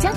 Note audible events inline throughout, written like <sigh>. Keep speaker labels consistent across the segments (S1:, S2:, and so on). S1: 江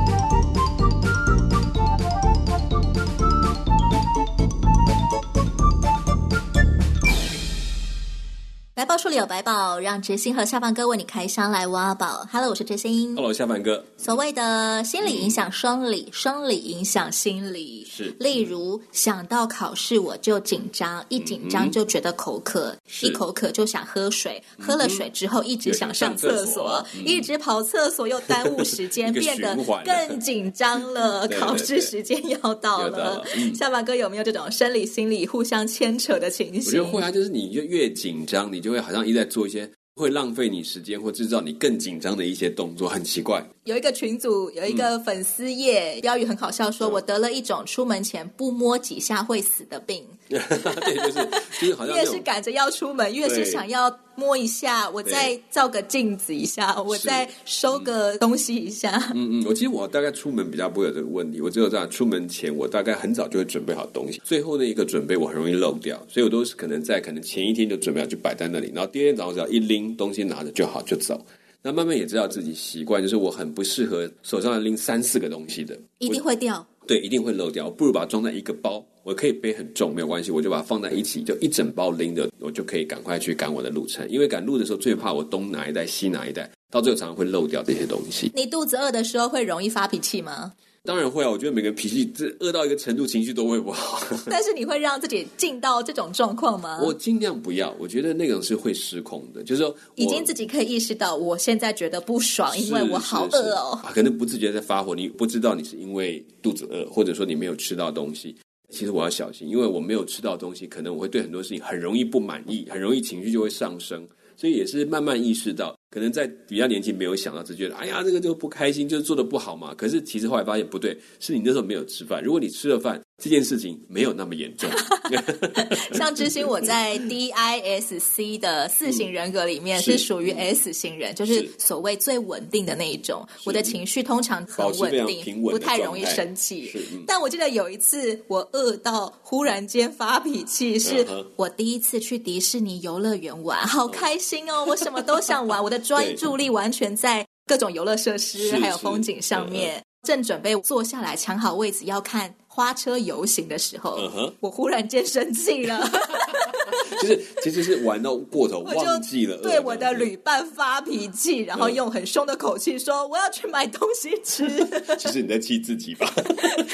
S2: 百宝书里有百宝，让知心和下饭哥为你开箱来挖宝。Hello，我是知心。
S3: Hello，下凡哥，
S2: 所谓的心理影响生理，生理影响心理。
S3: 是
S2: 例如想到考试我就紧张，一紧张就觉得口渴，
S3: 嗯是
S2: 一口渴就想喝水，喝了水之后一直想上
S3: 又想上厕所嗯
S2: 一直跑厕所又耽误时间，
S3: <laughs> 一个
S2: 变得
S3: 循环
S2: 更紧张了。
S3: <laughs> 对对对
S2: 考试时间要到
S3: 又到
S2: 了
S3: 了，嗯
S2: 下凡哥有没有这种生理心理互相牵扯的情
S3: 我觉
S2: 形
S3: 得？后来就是你越越紧张，你就会好像一直在做一些会浪费你时间或制造你更紧张的一些动作，很奇怪。 <laughs>
S2: 有一个群组，有一个粉丝页，标语很好笑，说
S3: 嗯
S2: 我得了一种出门前不摸几下会死的病，
S3: 对，就是就是好像
S2: 越
S3: 那
S2: 是
S3: 种
S2: 赶着要出门，越是
S3: 对
S2: 想要摸一下，我
S3: 对
S2: 再照个镜子一下，我
S3: 是
S2: 再收个东西一下。
S3: 嗯嗯，我其实我大概出门比较不会有这个问题，我只有这样，出门前我大概很早就会准备好东西，最后那一个准备我很容易漏掉，所以我都是可能在可能前一天就准备好就摆在那里，然后第二天早上只要一拎东西拿着就好就走。那慢慢也知道自己习惯，就是我很不适合手上拎三四个东西的，
S2: <laughs> 一定会掉，
S3: 对，一定会漏掉，不如把它装在一个包，我可以背很重，没有关系，我就把它放在一起，就一整包拎着，我就可以赶快去赶我的路程。因为赶路的时候最怕我东拿一袋西拿一袋，到最后常常会漏掉这些东西。
S2: 你肚子饿的时候会容易发脾气吗？
S3: 当然会啊，我觉得每个人脾气这饿到一个程度，情绪都会不好。 <laughs>
S2: 但是你会让自己进到这种状况吗？
S3: 我尽量不要，我觉得那种是会失控的，就是说
S2: 已经
S3: 我
S2: 自己可以意识到，我现在觉得不爽，因为
S3: 是
S2: 我好
S3: 是
S2: 饿哦
S3: 是。啊可能不自觉在发火，你不知道你是因为肚子饿，或者说你没有吃到东西。其实我要小心，因为我没有吃到东西，可能我会对很多事情很容易不满意，很容易情绪就会上升。所以也是慢慢意识到，可能在比较年轻没有想到，只觉得哎呀这个就不开心，就是做的不好嘛。可是其实后来发现不对，是你那时候没有吃饭。如果你吃了饭，这件事情没有那
S2: <laughs>
S3: 么严重。 <laughs>
S2: 像知心，我在 DISC 的四型人格里面
S3: 嗯
S2: 是
S3: 是
S2: 属于 S 型人，就是
S3: 是
S2: 所谓最稳定的那一种。我的情绪通常很
S3: 保持
S2: 稳
S3: 非常
S2: 定，
S3: 平稳
S2: 不
S3: 的
S2: 太
S3: 状态
S2: 容易生气
S3: 是嗯。
S2: 但我记得有一次我饿到忽然间发脾气，是
S3: 嗯哼
S2: 我第一次去迪士尼游乐园玩，好
S3: 嗯
S2: 开心哦！我什么都想
S3: <laughs>
S2: 玩，我的专注力完全在各种游乐设施
S3: 是
S2: 还有
S3: 是
S2: 风景上
S3: 嗯嗯
S2: 面。正准备坐下来抢好位子要看花车游行的时候
S3: 嗯哼
S2: 我忽然间生气了。
S3: <laughs> 就是其实是玩到过头，
S2: 我就
S3: 忘记了饿嗯
S2: 对我的
S3: 这样子
S2: 旅伴发脾气，然
S3: 嗯
S2: 后用很凶的口气说：“我要去买东西吃。 <laughs>
S3: <laughs> 其实你在气自己吧？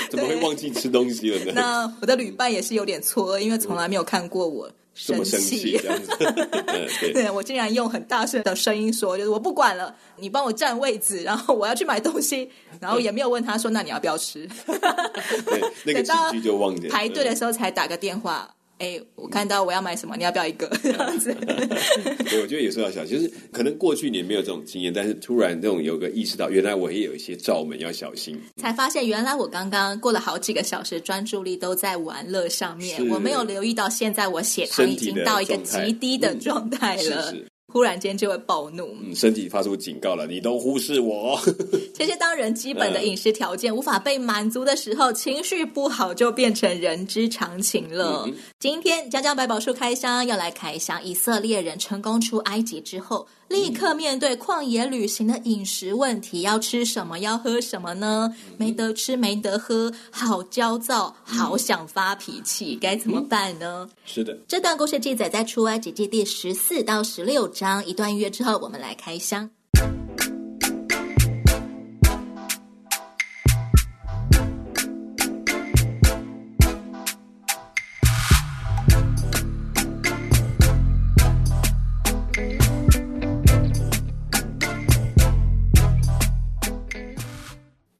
S3: 怎么会忘记吃东西了”呢？
S2: 那我的旅伴也是有点错愕，因为从来没有看过我
S3: <laughs> 这么生气
S2: 气。
S3: 这样子， <laughs> 嗯，对。
S2: 对我竟然用很大声的声音说：“就是我不管了，你帮我占位置，然后我要去买东西。”然后也没有问他说：“那你要不要吃 <laughs>
S3: 对，那个情绪就忘？”记了。
S2: 排队的时候才打个电话。哎，我看到我要买什么，你要不要一个？ <laughs> 这样子，
S3: 嗯，对，我觉得有时候要小心，就是可能过去你没有这种经验，但是突然这种有个意识到，原来我也有一些罩门要小心。
S2: 才发现原来我刚刚过了好几个小时，专注力都在玩乐上面，
S3: 是
S2: 我没有留意到现在我血糖已经到一个极低的状态
S3: 嗯是
S2: 了，
S3: 是，
S2: 忽然间就会暴怒。
S3: 嗯，身体发出警告了，你都忽视我。 <laughs>
S2: 其实，当人基本的饮食条件无法被满足的时候，情绪不好就变成人之常情了。
S3: 嗯
S2: 今天江江百宝书开箱要来开箱以色列人成功出埃及之后，立刻面对旷野旅行的饮食问题，要吃什么，要喝什么呢？没得吃，没得喝，好焦躁，好想发脾气，该怎么办呢？
S3: 是的，
S2: 这段故事记载在出埃及记第十四到十六章。一段音乐之后，我们来开箱。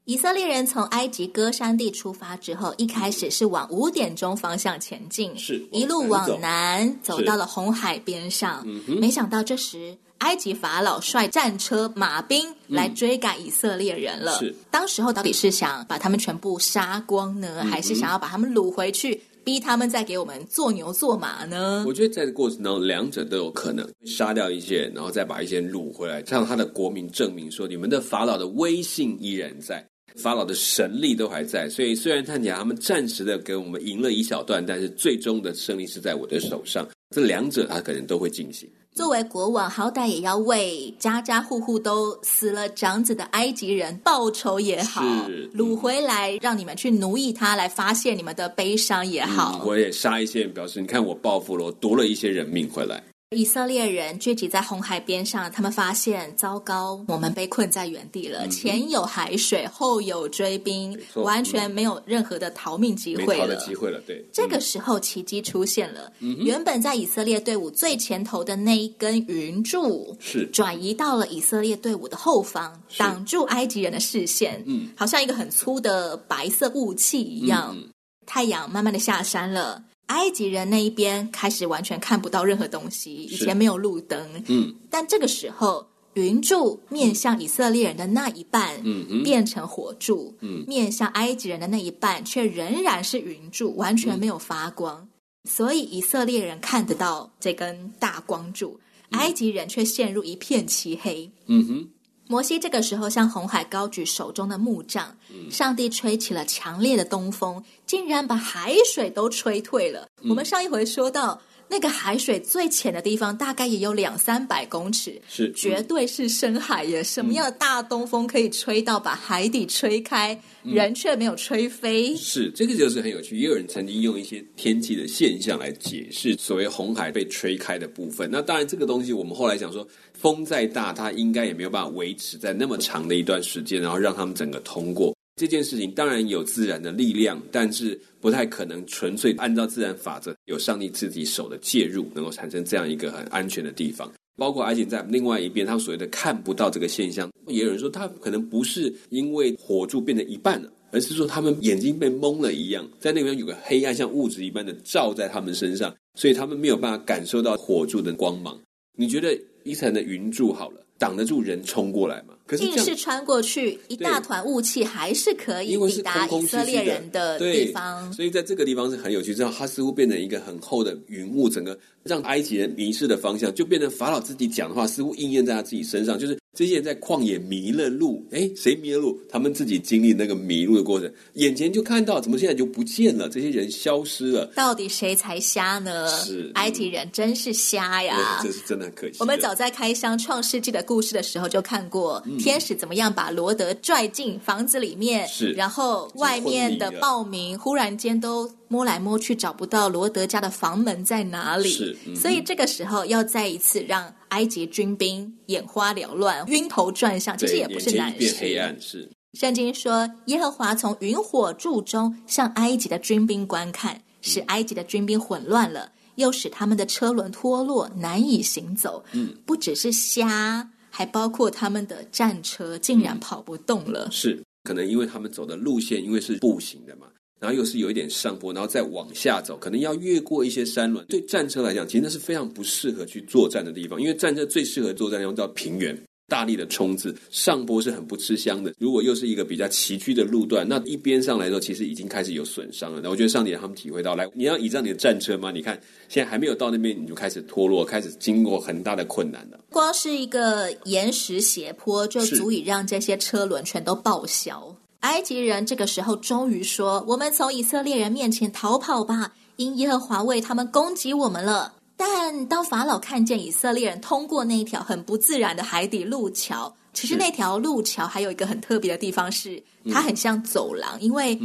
S2: 以色列人从埃及歌山地出发之后，一开始是往五点钟方向前进，
S3: 是
S2: 一路
S3: 往
S2: 往南走
S3: 是嗯
S2: 到了红海边上。没想到这时。埃及法老率战车马兵来追赶以色列人了。
S3: 嗯是嗯
S2: 当时候到底是想把他们全部杀光呢，还是想要把他们掳回去逼他们再给我们做牛做马呢？
S3: 我觉得在这过程当中，两者都有可能杀掉一些人，然后再把一些人掳回来，让他的国民证明说，你们的法老的威信依然在，法老的神力都还在。所以虽然看起来他们暂时的给我们赢了一小段，但是最终的胜利是在我的手上。这两者他可能都会进行。
S2: 作为国王，好歹也要为家家户户都死了长子的埃及人报仇也好
S3: 是，
S2: 掳回来让你们去奴役他，来发泄你们的悲伤也好。
S3: 嗯我也杀一些人，表示你看我报复了，我夺了一些人命回来。
S2: 以色列人聚集在红海边上，他们发现，糟糕，我们被困在原地了。前有海水，后有追兵，
S3: 嗯错
S2: 完全没有任何的逃命机
S3: 没
S2: 会
S3: 逃的
S2: 了。
S3: 机会了，对，
S2: 这个
S3: 嗯
S2: 时候，奇迹出现了。原本在以色列队伍最前头的那一根云柱，
S3: 是
S2: 转移到了以色列队伍的后方，
S3: 是
S2: 挡住埃及人的视线。
S3: 嗯，
S2: 好像一个很粗的白色雾气一样。
S3: 嗯嗯
S2: 太阳慢慢的下山了。埃及人那一边开始完全看不到任何东西，以
S3: 是
S2: 前没有路灯，
S3: 嗯
S2: 但这个时候云柱面向以色列人的那一半，
S3: 嗯哼
S2: 变成火柱，
S3: 嗯
S2: 面向埃及人的那一半却仍然是云柱，完全没有发光，
S3: 嗯
S2: 所以以色列人看得到这根大光柱，埃及人却陷入一片漆黑。
S3: 嗯哼，
S2: 摩西这个时候向红海高举手中的木杖，
S3: 嗯
S2: 上帝吹起了强烈的东风，竟然把海水都吹退了。
S3: 嗯
S2: 我们上一回说到，那个海水最浅的地方大概也有两三百公尺，
S3: 是
S2: 绝对是深海
S3: 嗯
S2: 耶！什么样的大东风可以吹到把海底吹开，人却没有吹飞？
S3: 嗯是，这个就是很有趣。也有人曾经用一些天气的现象来解释所谓红海被吹开的部分。那当然，这个东西我们后来想说，风再大，它应该也没有办法维持在那么长的一段时间，然后让他们整个通过。这件事情当然有自然的力量，但是不太可能纯粹按照自然法则，有上帝自己手的介入，能够产生这样一个很安全的地方。包括而且在另外一边，他们所谓的看不到这个现象，也有人说他可能不是因为火柱变成一半了，而是说他们眼睛被蒙了一样，在那边有个黑暗像物质一般的照在他们身上，所以他们没有办法感受到火柱的光芒。你觉得一层的云柱好了，挡得住人冲过来吗？可是这
S2: 硬是
S3: 样。
S2: 穿过去，一大团雾气还是可以
S3: 因为是
S2: 抵达
S3: 空空
S2: 以
S3: 虚
S2: 色列
S3: 虚
S2: 人的
S3: 对
S2: 地方。
S3: 所以在这个地方是很有趣，这样它似乎变成一个很厚的云雾，整个让埃及人迷失的方向，就变成法老自己讲的话似乎应验在他自己身上，就是这些人在旷野迷了路，哎，谁迷了路？他们自己经历那个迷路的过程，眼前就看到，怎么现在就不见了？这些人消失了，
S2: 到底谁才瞎呢？
S3: 是
S2: 埃及人真是瞎呀
S3: 这！是真的很可惜的。
S2: 我们早在开箱《创世纪》的故事的时候就看过，
S3: 嗯
S2: 天使怎么样把罗德拽进房子里面，
S3: 是
S2: 然后外面的暴民忽然间都摸来摸去找不到罗德家的房门在哪里，
S3: 是嗯
S2: 所以这个时候要再一次让埃及军兵眼花缭乱、晕头转向，其
S3: 对
S2: 实也不是
S3: 眼前
S2: 难
S3: 一
S2: 事
S3: 片。黑暗是。
S2: 圣经说，耶和华从云火柱中向埃及的军兵观看，使埃及的军兵混乱了，又使他们的车轮脱落，难以行走。嗯，不只是瞎，还包括他们的战车竟然跑不动了。
S3: 是，可能因为他们走的路线，因为是步行的嘛，然后又是有一点上坡，然后再往下走，可能要越过一些山峦。对战车来讲，其实那是非常不适合去作战的地方，因为战车最适合作战的地方叫平原。大力的冲刺，上坡是很不吃香的。如果又是一个比较崎岖的路段，那一边上来的时候，其实已经开始有损伤了。那我觉得上帝让他们体会到，来，你要倚仗你的战车吗？你看现在还没有到那边，你就开始脱落，开始经过很大的困难了。
S2: 光是一个岩石斜坡就是足以让这些车轮全都报销。埃及人这个时候终于说：“我们从以色列人面前逃跑吧，因耶和华为他们攻击我们了。”但当法老看见以色列人通过那一条很不自然的海底路桥，其实
S3: 是嗯
S2: 那条路桥还有一个很特别的地方是，它很像走廊，因为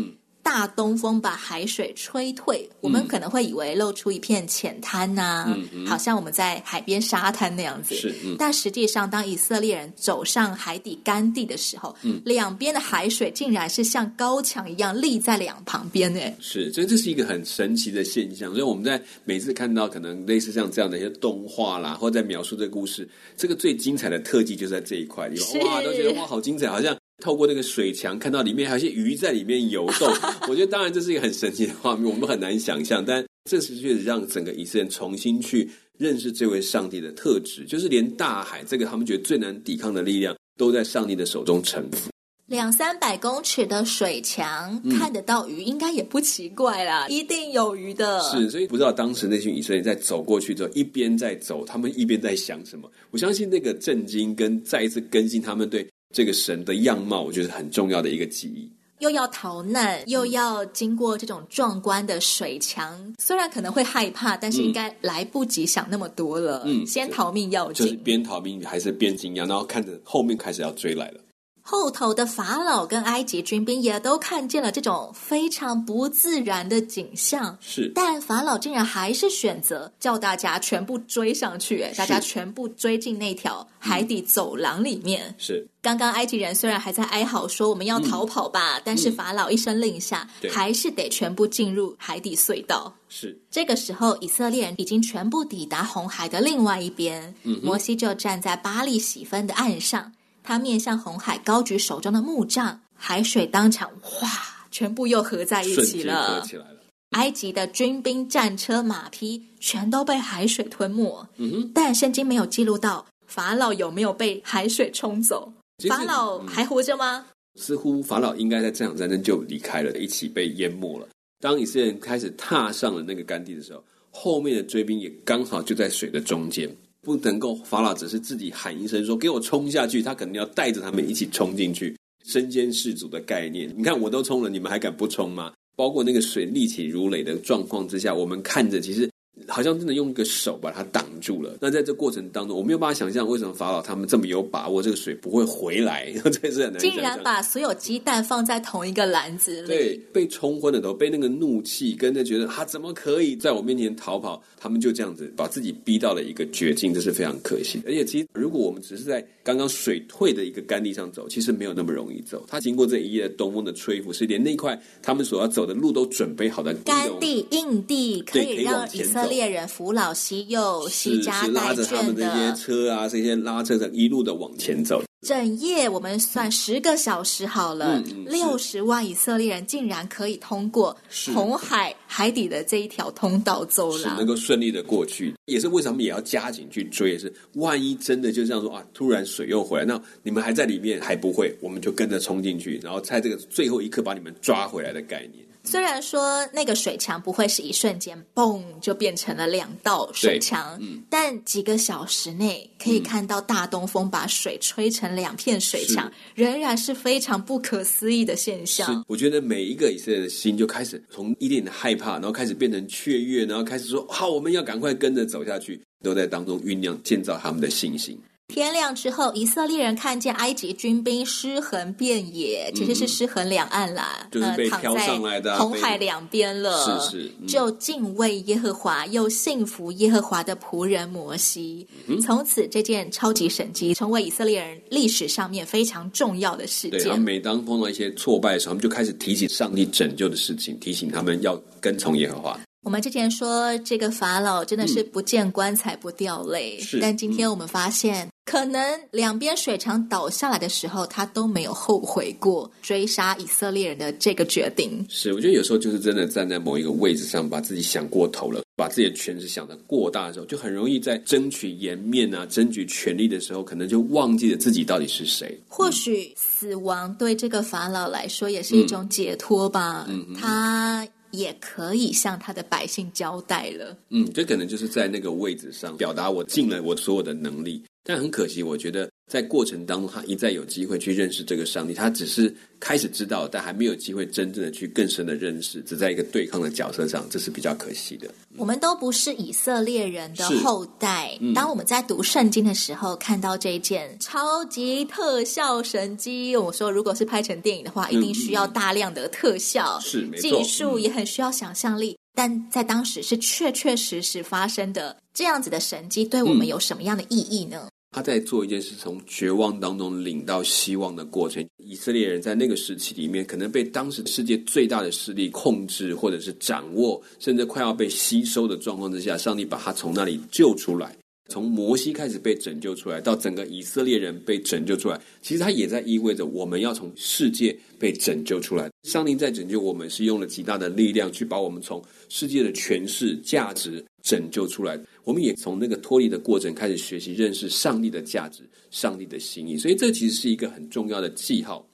S2: 大东风把海水吹退，我
S3: 嗯
S2: 们可能会以为露出一片浅滩呐、好像我们在海边沙滩那样子。
S3: 是嗯
S2: 但实际上，当以色列人走上海底干地的时候，
S3: 嗯
S2: 两边的海水竟然是像高墙一样立在两旁边哎呢。
S3: 是，所以这是一个很神奇的现象。所以我们在每次看到可能类似像这样的一些动画啦，或者在描述这个故事，这个最精彩的特技就在这一块地
S2: 是
S3: 方。哇，都觉得哇好精彩，好像透过那个水墙看到里面还有一些鱼在里面游动。我觉得当然这是一个很神奇的画面，我们很难想象，但这是确实让整个以色列人重新去认识这位上帝的特质，就是连大海这个他们觉得最难抵抗的力量，都在上帝的手中臣服。
S2: 两三百公尺的水墙、
S3: 嗯
S2: 看得到鱼，应该也不奇怪啦，一定有鱼的。
S3: 是，所以不知道当时那群以色列人在走过去之后，一边在走，他们一边在想什么。我相信那个震惊跟再一次更新他们对这个神的样貌，我觉得是很重要的一个记忆。
S2: 又要逃难，又要经过这种壮观的水墙，虽然可能会害怕，但是应该来不及想那么多了，
S3: 嗯
S2: 先逃命要
S3: 就是
S2: 紧。
S3: 边逃兵还是边惊讶，然后看着后面开始要追来了。
S2: 后头的法老跟埃及军兵也都看见了这种非常不自然的景象，
S3: 是，
S2: 但法老竟然还是选择叫大家全部追上去，哎
S3: 是
S2: 大家全部追进那条海底走廊里面。
S3: 是，
S2: 刚刚埃及人虽然还在哀嚎说我们要逃跑吧，但是法老一声令下，
S3: 嗯对
S2: 还是得全部进入海底隧道。
S3: 是，
S2: 这个时候，以色列人已经全部抵达红海的另外一边。
S3: 嗯
S2: 摩西就站在巴利喜分的岸上，他面向红海，高举手中的木杖，海水当场哗，全部又合在一
S3: 瞬
S2: 起
S3: 间合
S2: 了。
S3: 起来了。
S2: 埃及的军兵、战车、马匹全都被海水吞没。
S3: 嗯哼，
S2: 但圣经没有记录到法老有没有被海水冲走。
S3: 其实
S2: 法老
S3: 嗯
S2: 还活着吗？
S3: 似乎法老应该在这场战争就离开了，一起被淹没了。当以色列人开始踏上了那个干地的时候，后面的追兵也刚好就在水的中间，不能够法老只是自己喊一声说“给我冲下去”，他肯定要带着他们一起冲进去，身先士卒的概念。你看我都冲了，你们还敢不冲吗？包括那个水立起如垒的状况之下，我们看着其实好像真的用一个手把它挡住了。那在这过程当中，我没有办法想象为什么法老他们这么有把握，这个水不会回来， <laughs> 这是很难想象。
S2: 竟然把所有鸡蛋放在同一个篮子里。
S3: 对，被冲昏了头，被那个怒气跟着觉得他怎么可以在我面前逃跑，他们就这样子把自己逼到了一个绝境，这是非常可惜的。而且，其实如果我们只是在刚刚水退的一个干地上走，其实没有那么容易走。他经过这一夜的东风的吹拂，是连那块他们所要走的路都准备好的
S2: 干地、硬地可
S3: 对可
S2: 以
S3: 以往
S2: 让以
S3: 前
S2: 色
S3: 走
S2: 列人扶老西幼、
S3: 是
S2: 西家
S3: 是拉
S2: 带
S3: 着他们
S2: 眷
S3: 这些车啊，这些拉车的一路的往前走，
S2: 整夜我们算十个小时好了
S3: 嗯嗯，是
S2: 六十、万以色列人竟然可以通过
S3: 是
S2: 红海海底的这一条通道走
S3: 是能
S2: 廊。
S3: 够顺利的过去，也是为什么也要加紧去追，是万一真的就这样说啊，突然水又回来，那你们还在里面还不会，我们就跟着冲进去，然后在这个最后一刻把你们抓回来的概念。
S2: 虽然说那个水墙不会是一瞬间嘣就变成了两道水墙，但几个小时内可以看到大东风把水吹成两片水墙，仍然是非常不可思议的现
S3: 是
S2: 象。
S3: 我觉得每一个以色列的心就开始从一点点害怕，然后开始变成雀跃，然后开始说好，我们要赶快跟着走下去，都在当中酝酿建造他们的信心。
S2: 天亮之后，以色列人看见埃及军兵尸横遍野，其实是尸横两岸啦，
S3: 嗯就是被
S2: 呃躺
S3: 飘上来的
S2: 在
S3: 啊
S2: 红
S3: 被
S2: 海两边了，
S3: 是是嗯
S2: 就敬畏耶和华，又信服耶和华的仆人摩西。
S3: 嗯
S2: 从此，这件超级神迹成为以色列人历史上面非常重要的事
S3: 对，然后
S2: 件。
S3: 每当碰到一些挫败的时候，他们就开始提起上帝拯救的事情，提醒他们要跟从耶和华。
S2: 我们之前说这个法老真的是不见棺材不掉泪，
S3: 是
S2: 但今天我们发现，可能两边水墙倒下来的时候，他都没有后悔过追杀以色列人的这个决定。
S3: 是，我觉得有时候就是真的站在某一个位置上，把自己想过头了，把自己的权势想得过大的时候，就很容易在争取颜面啊、争取权力的时候，可能就忘记了自己到底是谁。
S2: 或许死亡对这个法老来说也是一种解脱吧，他也可以向他的百姓交代了。
S3: 嗯，这可能就是在那个位置上表达我尽了我所有的能力。但很可惜，我觉得在过程当中，他一再有机会去认识这个上帝，他只是开始知道，但还没有机会真正的去更深的认识，只在一个对抗的角色上，这是比较可惜的。
S2: 我们都不是以色列人的
S3: 是嗯
S2: 后代。当我们在读圣经的时候，看到这一件超级特效神机，我说如果是拍成电影的话，一定需要大量的特效，
S3: 是没错
S2: 技术
S3: 嗯
S2: 也很需要想象力。但在当时是确确实实发生的，这样子的神机对我们
S3: 嗯
S2: 有什么样的意义呢？
S3: 他在做一件事，从绝望当中领到希望的过程。以色列人在那个时期里面，可能被当时世界最大的势力控制，或者是掌握，甚至快要被吸收的状况之下，上帝把他从那里救出来。从摩西开始被拯救出来，到整个以色列人被拯救出来，其实它也在意味着我们要从世界被拯救出来。上帝在拯救我们，是用了极大的力量去把我们从世界的权势、价值拯救出来。我们也从那个脱离的过程开始学习认识上帝的价值、上帝的心意，所以这其实是一个很重要的记号。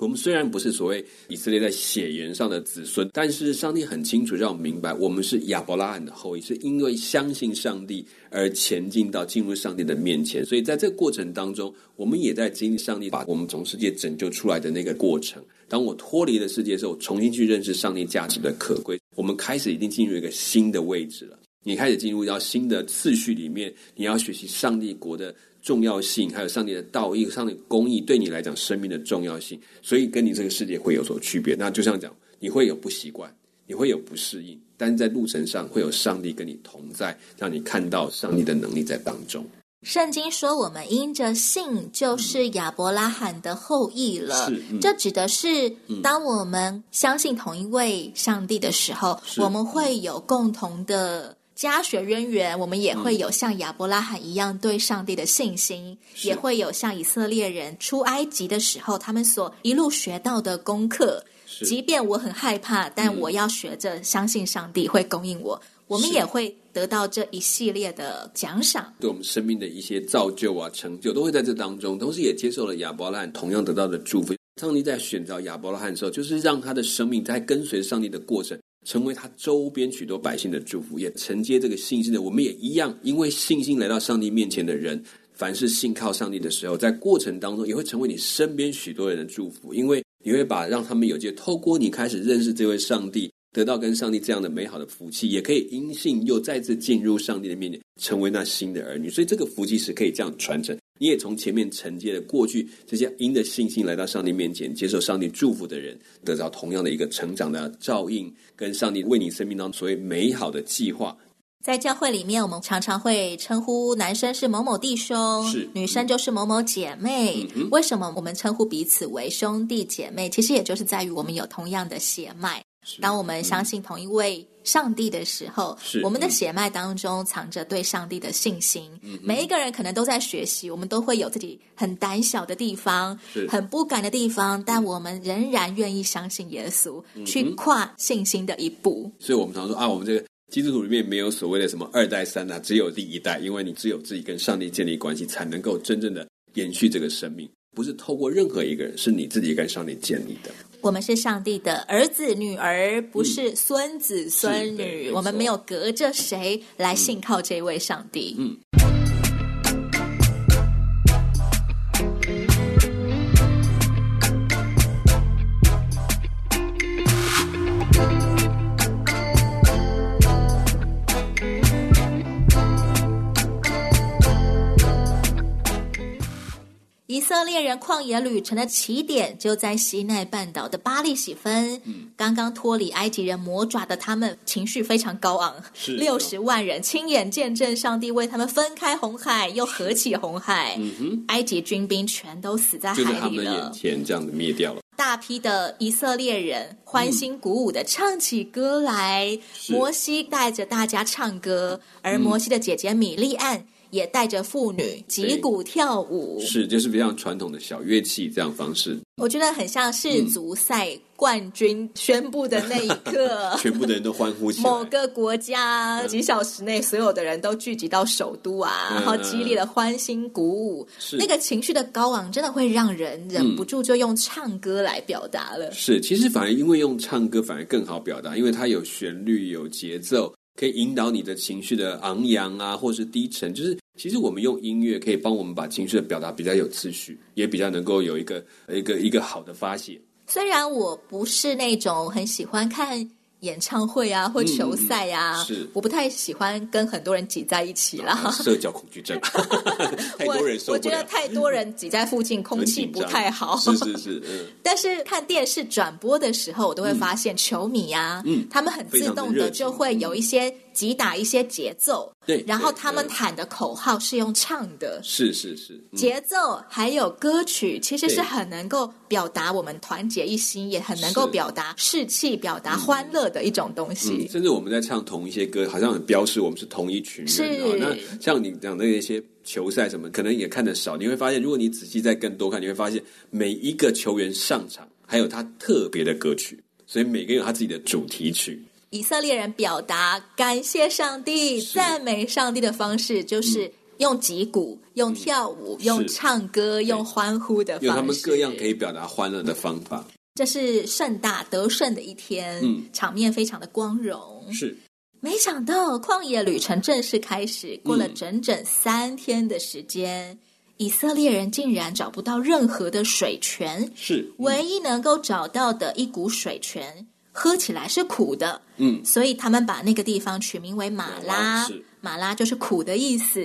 S3: 我们虽然不是所谓以色列在血缘上的子孙，但是上帝很清楚让我们明白，我们是亚伯拉罕的后裔，是因为相信上帝而前进到进入上帝的面前。所以在这个过程当中，我们也在经历上帝把我们从世界拯救出来的那个过程。当我脱离了世界之后，重新去认识上帝价值的可贵，我们开始已经进入一个新的位置了。你开始进入到新的次序里面，你要学习上帝国的重要性，还有上帝的道义、上帝的公义对你来讲生命的重要性，所以跟你这个世界会有所区别。那就像讲，你会有不习惯，你会有不适应，但是在路程上会有上帝跟你同在，让你看到上帝的能力在当中。
S2: 圣经说，我们因着信就是亚伯拉罕的后裔了。
S3: 是嗯
S2: 这指的是，当我们相信同一位上帝的时候，
S3: 是
S2: 我们会有共同的家学渊源，我们也
S3: 嗯
S2: 会有像亚伯拉罕一样对上帝的信心，
S3: 是
S2: 也会有像以色列人出埃及的时候他们所一路学到的功课。
S3: 是
S2: 即便我很害怕，但
S3: 嗯
S2: 我要学着相信上帝会供应我，我们
S3: 是
S2: 也会得到这一系列的奖赏。
S3: 对我们生命的一些造就啊、成就，都会在这当中。同时，也接受了亚伯拉罕同样得到的祝福。上帝在选择亚伯拉罕的时候，就是让他的生命在跟随上帝的过程，成为他周边许多百姓的祝福，也承接这个信心的。我们也一样，因为信心来到上帝面前的人，凡是信靠上帝的时候，在过程当中也会成为你身边许多人的祝福，因为你会把让他们有机会透过你开始认识这位上帝，得到跟上帝这样的美好的福气，也可以因信又再次进入上帝的面前，成为那新的儿女。所以这个福气是可以这样传承。你也从前面承接了过去这些因着信心来到上帝面前，接受上帝祝福的人，得到同样的一个成长的照应，跟上帝为你生命当中所谓美好的计划
S2: 在教会里面，我们常常会称呼男生是某某弟兄，
S3: 是嗯
S2: 女生就是某某姐妹。为什么我们称呼彼此为兄弟姐妹？其实也就是在于我们有同样的血脉。
S3: 是嗯
S2: 当我们相信同一位上帝的时候，
S3: 是
S2: 我们的
S3: 嗯
S2: 血脉当中藏着对上帝的信心。每一个人可能都在学习，我们都会有自己很胆小的地方
S3: 是，
S2: 很不敢的地方，但我们仍然愿意相信耶稣，
S3: 嗯
S2: 去跨信心的一步。
S3: 所以我们常说啊，我们这个基督徒里面没有所谓的什么二代、三代，只有第一代，因为你只有自己跟上帝建立关系，才能够真正的延续这个生命，不是透过任何一个人，是你自己跟上帝建立的。
S2: 我们是上帝的儿子女儿，不是孙子孙
S3: 嗯是对没
S2: 女。
S3: 错
S2: 我们没有隔着谁来信靠这位上帝。
S3: 嗯
S2: 以色列人旷野旅程的起点就在西奈半岛的巴利喜芬。嗯，刚刚脱离埃及人魔爪的他们，情绪非常高昂。
S3: 是
S2: 六十万人亲眼见证上帝为他们分开红海，又合起红海。嗯哼，埃及军兵全都死在海
S3: 就
S2: 里
S3: 在
S2: 了。
S3: 他们的眼前这样子灭掉了。
S2: 大批的以色列人欢欣鼓舞的唱起歌来，
S3: 嗯是嗯
S2: 摩西带着大家唱歌，而摩西的姐姐米利安也带着妇女击鼓跳舞。
S3: 是，就是非常传统的小乐器这样方 <laughs> 式，，
S2: 我觉得很像世足赛冠军宣布的那一刻
S3: <laughs> 全部的人都欢呼起来。
S2: 某个国家几小时内所有的人都聚集到首都啊，
S3: 嗯
S2: 然后激烈的欢欣鼓舞，
S3: 是嗯
S2: 那个情绪的高昂真的会让人忍不住就用唱歌来表达了。
S3: 是，其实反而因为用唱歌反而更好表达，因为它有旋律、有节奏，可以引导你的情绪的昂扬啊，或是低沉。就是其实我们用音乐可以帮我们把情绪的表达比较有秩序，也比较能够有一个一个一个好的发泄。
S2: 虽然我不是那种很喜欢看演唱会啊或球赛呀、
S3: 嗯嗯嗯是
S2: 我不太喜欢跟很多人挤在一起 <laughs> 啦。
S3: 啊社交恐惧症，
S2: 啊
S3: 太多人
S2: 我
S3: 受
S2: 我
S3: 不
S2: 觉
S3: 了
S2: 得，太多人挤在附
S3: <laughs>
S2: 近，空
S3: 很
S2: 气
S3: 紧
S2: 不
S3: 张
S2: 太好。
S3: 是是是，嗯，
S2: <laughs> 但是看电视转播的时候，我都会发现球迷啊，
S3: 嗯
S2: 他们很自动
S3: 非常的热
S2: 的
S3: 情嗯
S2: 就会有一些击打一些节奏，
S3: 对
S2: 然后
S3: 对
S2: 他们
S3: 嗯
S2: 喊的口号是用唱的，
S3: 是是是，嗯
S2: 节奏还有歌曲，其实是
S3: 对
S2: 很能够表达我们团结一心，也很能够
S3: 是
S2: 表达士气、表达欢乐的一种东
S3: 嗯
S2: 西。
S3: 甚至我们在唱同一些歌，好像很标示我们是同一群
S2: 是
S3: 人。哦那像你讲的那些球赛什么，可能也看得少。你会发现，如果你仔细再更多看，你会发现每一个球员上场还有他特别的歌曲，所以每个人有他自己的主题曲。
S2: 以色列人表达感谢上帝、
S3: 是嗯
S2: 赞美上帝的方式，就是用击鼓、用跳舞、用唱歌、用欢呼的方式，
S3: 有他们各样可以表达欢乐的方法。
S2: 这是盛大得胜的一天，
S3: 嗯
S2: 场面非常的光荣。
S3: 是，
S2: 没想到旷野旅程正式开始，过
S3: 嗯
S2: 了整整三天的时间，以色列人竟然找不到任何的水泉，
S3: 是，
S2: 唯一能够找到的一股水泉，喝起来是苦的，
S3: 嗯，
S2: 所以他们把那个地方取名为马
S3: 马拉
S2: 拉
S3: 是。嗯
S2: 马拉就是苦的意思。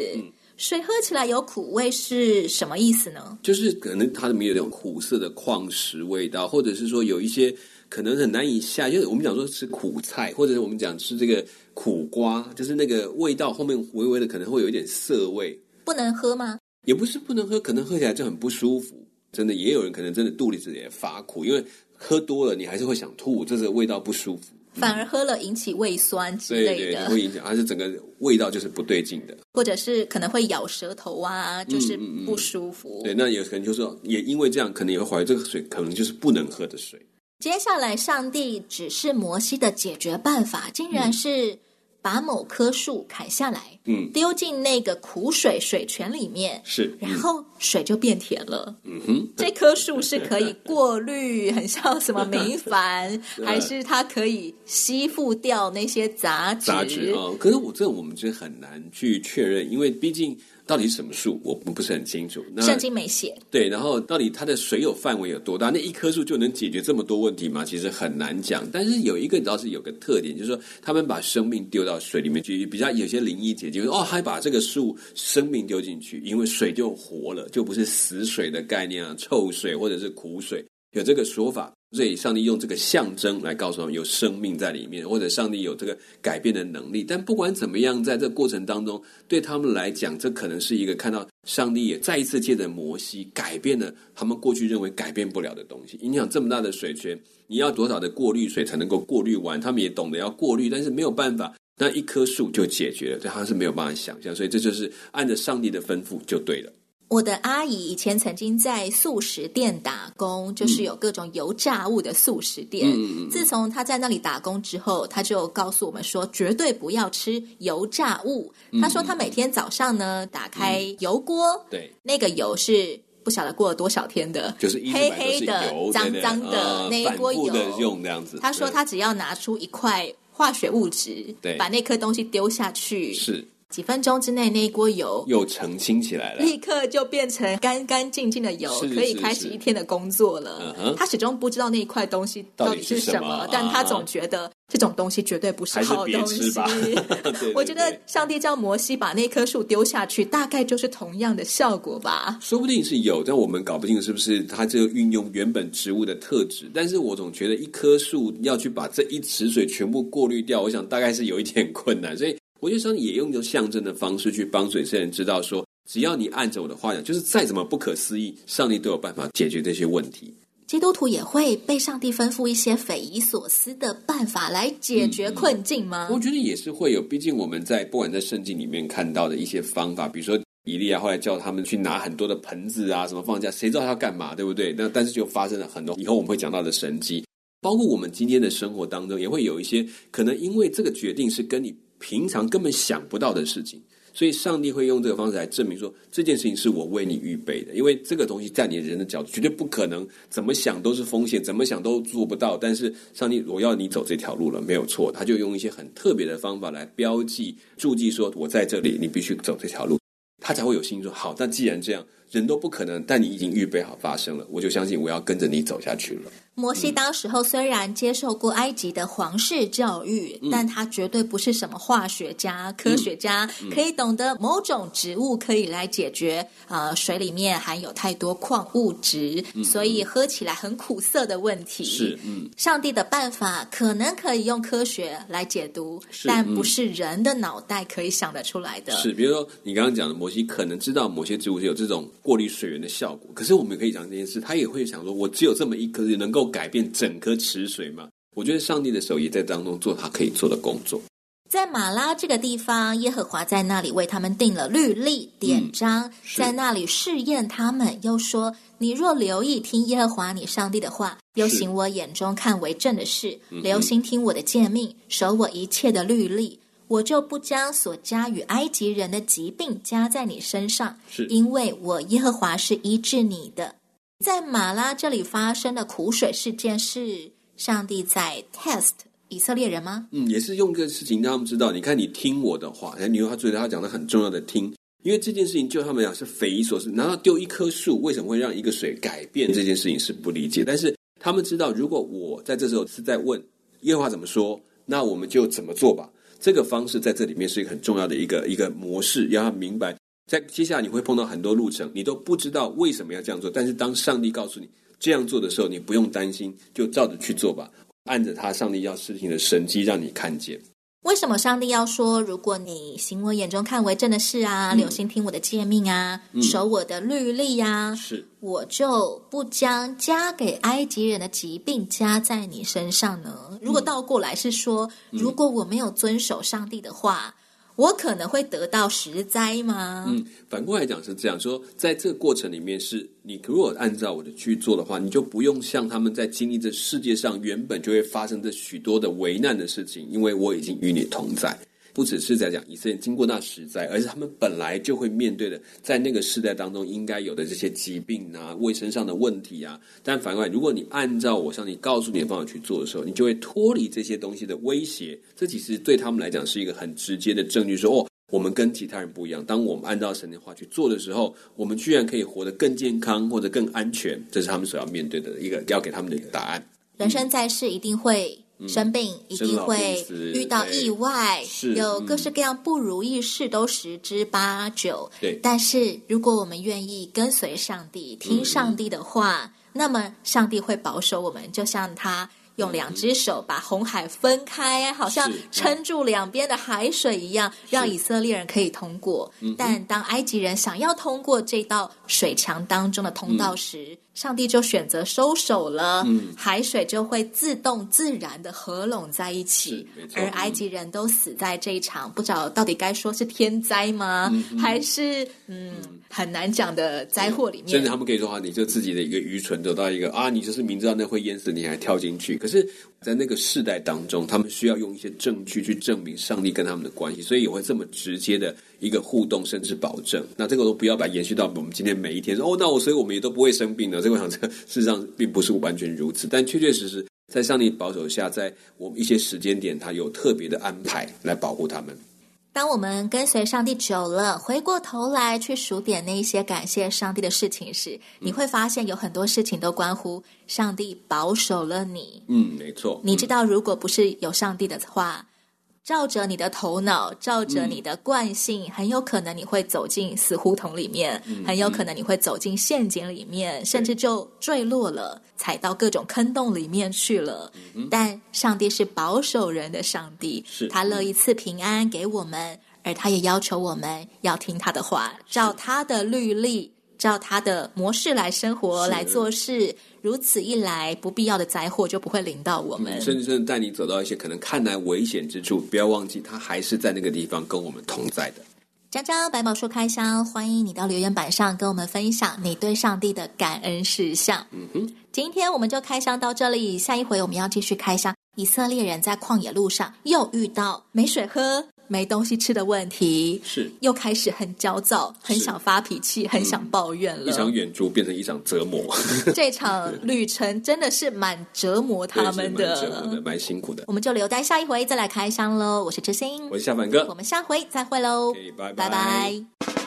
S2: 水喝起来有苦味是什么意思呢？
S3: 就是可能它里面有点苦涩的矿石味道，或者是说有一些可能很难以下，就是我们讲说吃苦菜，或者是我们讲吃这个苦瓜，就是那个味道后面微微的可能会有一点涩味，
S2: 不能喝吗？
S3: 也不是不能喝，可能喝起来就很不舒服。真的，也有人可能真的肚里子也发苦，因为喝多了你还是会想吐，这个味道不舒服。
S2: 反而喝了引起胃酸之
S3: 嗯对
S2: 类
S3: 对，
S2: 的，
S3: 会影响，它是整个味道就是不对劲的。
S2: 或者是可能会咬舌头啊，就是
S3: 嗯嗯
S2: 不舒服。
S3: 对，那有可能就是说，也因为这样，可能也会怀疑这个水可能就是不能喝的水。
S2: 接下来，上帝指示摩西的解决办法，竟然是把某棵树砍下来，
S3: 嗯，
S2: 丢进那个苦水水泉里面，
S3: 是，
S2: 然后水就变甜了。
S3: 嗯哼，
S2: 这棵树是可以过滤，很像什么
S3: <laughs>
S2: 明矾，还是它可以吸附掉那些杂质？
S3: 杂质啊、可是我这我们觉得很难去确认，因为毕竟到底是什么树，我们不是很清楚。那
S2: 圣经没写，
S3: 对，然后到底它的水有范围有多大？那一棵树就能解决这么多问题吗？其实很难讲。但是有一个倒是有个特点，就是说他们把生命丢到水里面去，比较有些灵异解就是哦，还把这个树生命丢进去，因为水就活了，就不是死水的概念啊，臭水或者是苦水，有这个说法。所以，上帝用这个象征来告诉我们有生命在里面，或者上帝有这个改变的能力。但不管怎么样，在这过程当中，对他们来讲，这可能是一个看到上帝也再一次借着摩西改变了他们过去认为改变不了的东西。影响这么大的水圈，你要多少的过滤水才能够过滤完？他们也懂得要过滤，但是没有办法，那一棵树就解决了，对他是没有办法想象。所以这就是按着上帝的吩咐就对了。
S2: 我的阿姨以前曾经在素食店打工，就是有各种油炸物的素食店。
S3: 嗯嗯嗯嗯
S2: 自从她在那里打工之后，她就告诉我们说，绝对不要吃油炸物。她说她每天早上呢，打开油锅，
S3: 嗯对，
S2: 那个油是不晓得过了多少天的，
S3: 就是一
S2: 黑黑的、脏脏
S3: 的
S2: 的那一锅油。
S3: 的用这样子。
S2: 她说
S3: 对
S2: 她只要拿出一块化学物质
S3: 对，
S2: 把那颗东西丢下去，
S3: 是
S2: 几分钟之内那一锅油
S3: 又澄清起来了。
S2: 立刻就变成干干净净的油，
S3: 啊是是
S2: 可以开始一天的工作
S3: 嗯
S2: 了。
S3: 哼
S2: 他始终不知道那一块东西
S3: 到
S2: 到
S3: 底
S2: 底
S3: 是
S2: 是
S3: 什么
S2: 什么，但
S3: 啊
S2: 他总觉得这种东西绝对不是
S3: 还是
S2: 好
S3: 别
S2: 东
S3: 吃
S2: 西 <laughs>
S3: 吧。 <laughs> 对对
S2: 我觉
S3: 对
S2: 得上帝叫摩西把那棵树丢下去，大概就是同样的效果吧。
S3: 说不定是有，但我们搞不清楚是不是它就运用原本植物的特质。但是我总觉得一棵树要去把这一池水全部过滤掉，我想大概是有一点困难。所以我就想也用一种象征的方式去帮助以色列人知道说，只要你按着我的话讲，就是再怎么不可思议，上帝都有办法解决这些问题。
S2: 基督徒也会被上帝吩咐一些匪夷所思的办法来解决
S3: 嗯
S2: 困境吗？
S3: 我觉得也是会有，毕竟我们在不管在圣经里面看到的一些方法，比如说以利亚后来叫他们去拿很多的盆子啊，什么放假，谁知道他要干嘛，对不对？那但是就发生了很多以后我们会讲到的神迹，包括我们今天的生活当中，也会有一些可能因为这个决定是跟你平常根本想不到的事情。所以，上帝会用这个方式来证明说，这件事情是我为你预备的。因为这个东西在你人的角度绝对不可能，怎么想都是风险，怎么想都做不到。但是，上帝，我要你走这条路了，没有错。他就用一些很特别的方法来标记、注记，说我在这里，你必须走这条路。他才会有心说，好，那既然这样，人都不可能，但你已经预备好发生了，我就相信我要跟着你走下去了。
S2: 摩
S3: 嗯
S2: 西当时候虽然接受过埃及的皇室教育，
S3: 嗯
S2: 但他绝对不是什么化学家、科学家，
S3: 嗯
S2: 可以懂得某种植物可以来解决呃水里面含有太多矿物质，所以喝起来很苦涩的问题。
S3: 嗯是，嗯，
S2: 上帝的办法可能可以用科学来解读，
S3: 是嗯
S2: 但不是人的脑袋可以想得出来的。
S3: 是，比如说你刚刚讲的，摩西可能知道某些植物是有这种过滤水源的效果，可是我们也可以讲这件事，他也会想说，我只有这么一颗，能够改变整颗池水吗？我觉得上帝的手也在当中做他可以做的工作。
S2: 在马拉这个地方，耶和华在那里为他们定了律例典章，
S3: 是
S2: 在那里试验他们，又说：“你若留意听耶和华你上帝的话，又行我眼中看为正的事，留心听我的诫命，守我一切的律例。我就不将所加与埃及人的疾病加在你身上，
S3: 是
S2: 因为我耶和华是医治你的。在马拉这里发生的苦水事件是上帝在 test 以色列人吗？
S3: 嗯，也是用这个事情让他们知道，你看你听我的话，哎，你说他觉得他讲的很重要的听，因为这件事情就他们讲是匪夷所思。难道丢一棵树为什么会让一个水改变这件事情是不理解？但是他们知道，如果我在这时候是在问耶和华怎么说，那我们就怎么做吧。这个方式在这里面是一个很重要的一个一个模式，让他们明白，在接下来你会碰到很多路程，你都不知道为什么要这样做，但是当上帝告诉你这样做的时候，你不用担心，就照着去做吧。按着他上帝要事情的神迹让你看见。
S2: 为什么上帝要说，如果你行我眼中看为正的事啊，留心听我的诫命啊，守我的律例啊，
S3: 是，
S2: 我就不将加给埃及人的疾病加在你身上呢？如果倒过来是说，如果我没有遵守上帝的话，我可能会得到十灾吗？
S3: 嗯，反过来讲是这样说，在这个过程里面是，你如果按照我的去做的话，你就不用像他们在经历这世界上原本就会发生这许多的危难的事情，因为我已经与你同在。不只是在讲以色列经过那十灾，而是他们本来就会面对的，在那个时代当中应该有的这些疾病啊、卫生上的问题啊。但反过来，如果你按照我上帝告诉你的方法去做的时候，你就会脱离这些东西的威胁。这其实对他们来讲是一个很直接的证据说，哦，我们跟其他人不一样。当我们按照神的话去做的时候，我们居然可以活得更健康或者更安全。这是他们所要面对的一个要给他们的一个答案。
S2: 人生在世一定会生病，一定会
S3: 嗯生老病死
S2: 遇到意外
S3: 是，
S2: 有各式各样不如意事都十之八九。
S3: 对
S2: 但是如果我们愿意跟随上帝，听上帝的
S3: 嗯
S2: 话，那么上帝会保守我们，就像他。用两只手把红海分开，好像
S3: 是嗯
S2: 撑住两边的海水一样，让以色列人可以通过。
S3: 嗯
S2: 但当埃及人想要通过这道水墙当中的通道时，
S3: 嗯
S2: 上帝就选择收手了，海水就会自动自然的合拢在一起
S3: 是没，错嗯
S2: 而埃及人都死在这一场不知道到底该说是天灾吗，
S3: 嗯
S2: 还是嗯很难讲的灾祸里
S3: 甚至
S2: 面
S3: 他。们可以说啊，你就自己的一个愚蠢走到一个啊，你就是明知道那会淹死你还跳进去。可是，在那个世代当中，他们需要用一些证据去证明上帝跟他们的关系，所以也会这么直接的一个互动，甚至保证。那这个都不要把它延续到我们今天每一天说哦，那我所以我们也都不会生病了。这个我想，这个事实上并不是完全如此，但确确实实在上帝保守下，在我们一些时间点，他有特别的安排来保护他们。
S2: 当我们跟随上帝久了，回过头来去数点那一些感谢上帝的事情时，你会发现有很多事情都关乎上帝保守了你。
S3: 嗯，没错，
S2: 你知道，如果不是有上帝的话，照着你的头脑，照着你的惯性，很有可能你会走进死胡同里面，
S3: 嗯
S2: 很有可能你会走进陷阱里面，甚至就坠落了，踩到各种坑洞里面去了。但上帝是保守人的上帝，
S3: 嗯是
S2: 他乐意赐平安给我们，而他也要求我们要听他的话，照他的律例。照他的模式来生活，
S3: 是
S2: 来做事，如此一来，不必要的灾祸就不会临到我们。
S3: 甚至是带你走到一些可能看来危险之处，不要忘记他还是在那个地方跟我们同在的。
S2: 张张百宝书开箱，欢迎你到留言板上跟我们分享你对上帝的感恩事项。嗯哼，今天我们就开箱到这里，下一回我们要继续开箱以色列人在旷野路上又遇到没水喝、没东西吃的问题，
S3: 是
S2: 又开始很焦躁，很想发脾气，很想抱怨了。
S3: 一 <laughs> 场远足变成一场折磨，
S2: 这场旅程真的是蛮折磨他们
S3: <laughs> 对是蛮折磨的，蛮辛苦的。
S2: 我们就留待下一回再来开箱喽。我是知心，
S3: 我是夏凡哥
S2: 我，们下回再会喽
S3: 可以，拜
S2: 拜拜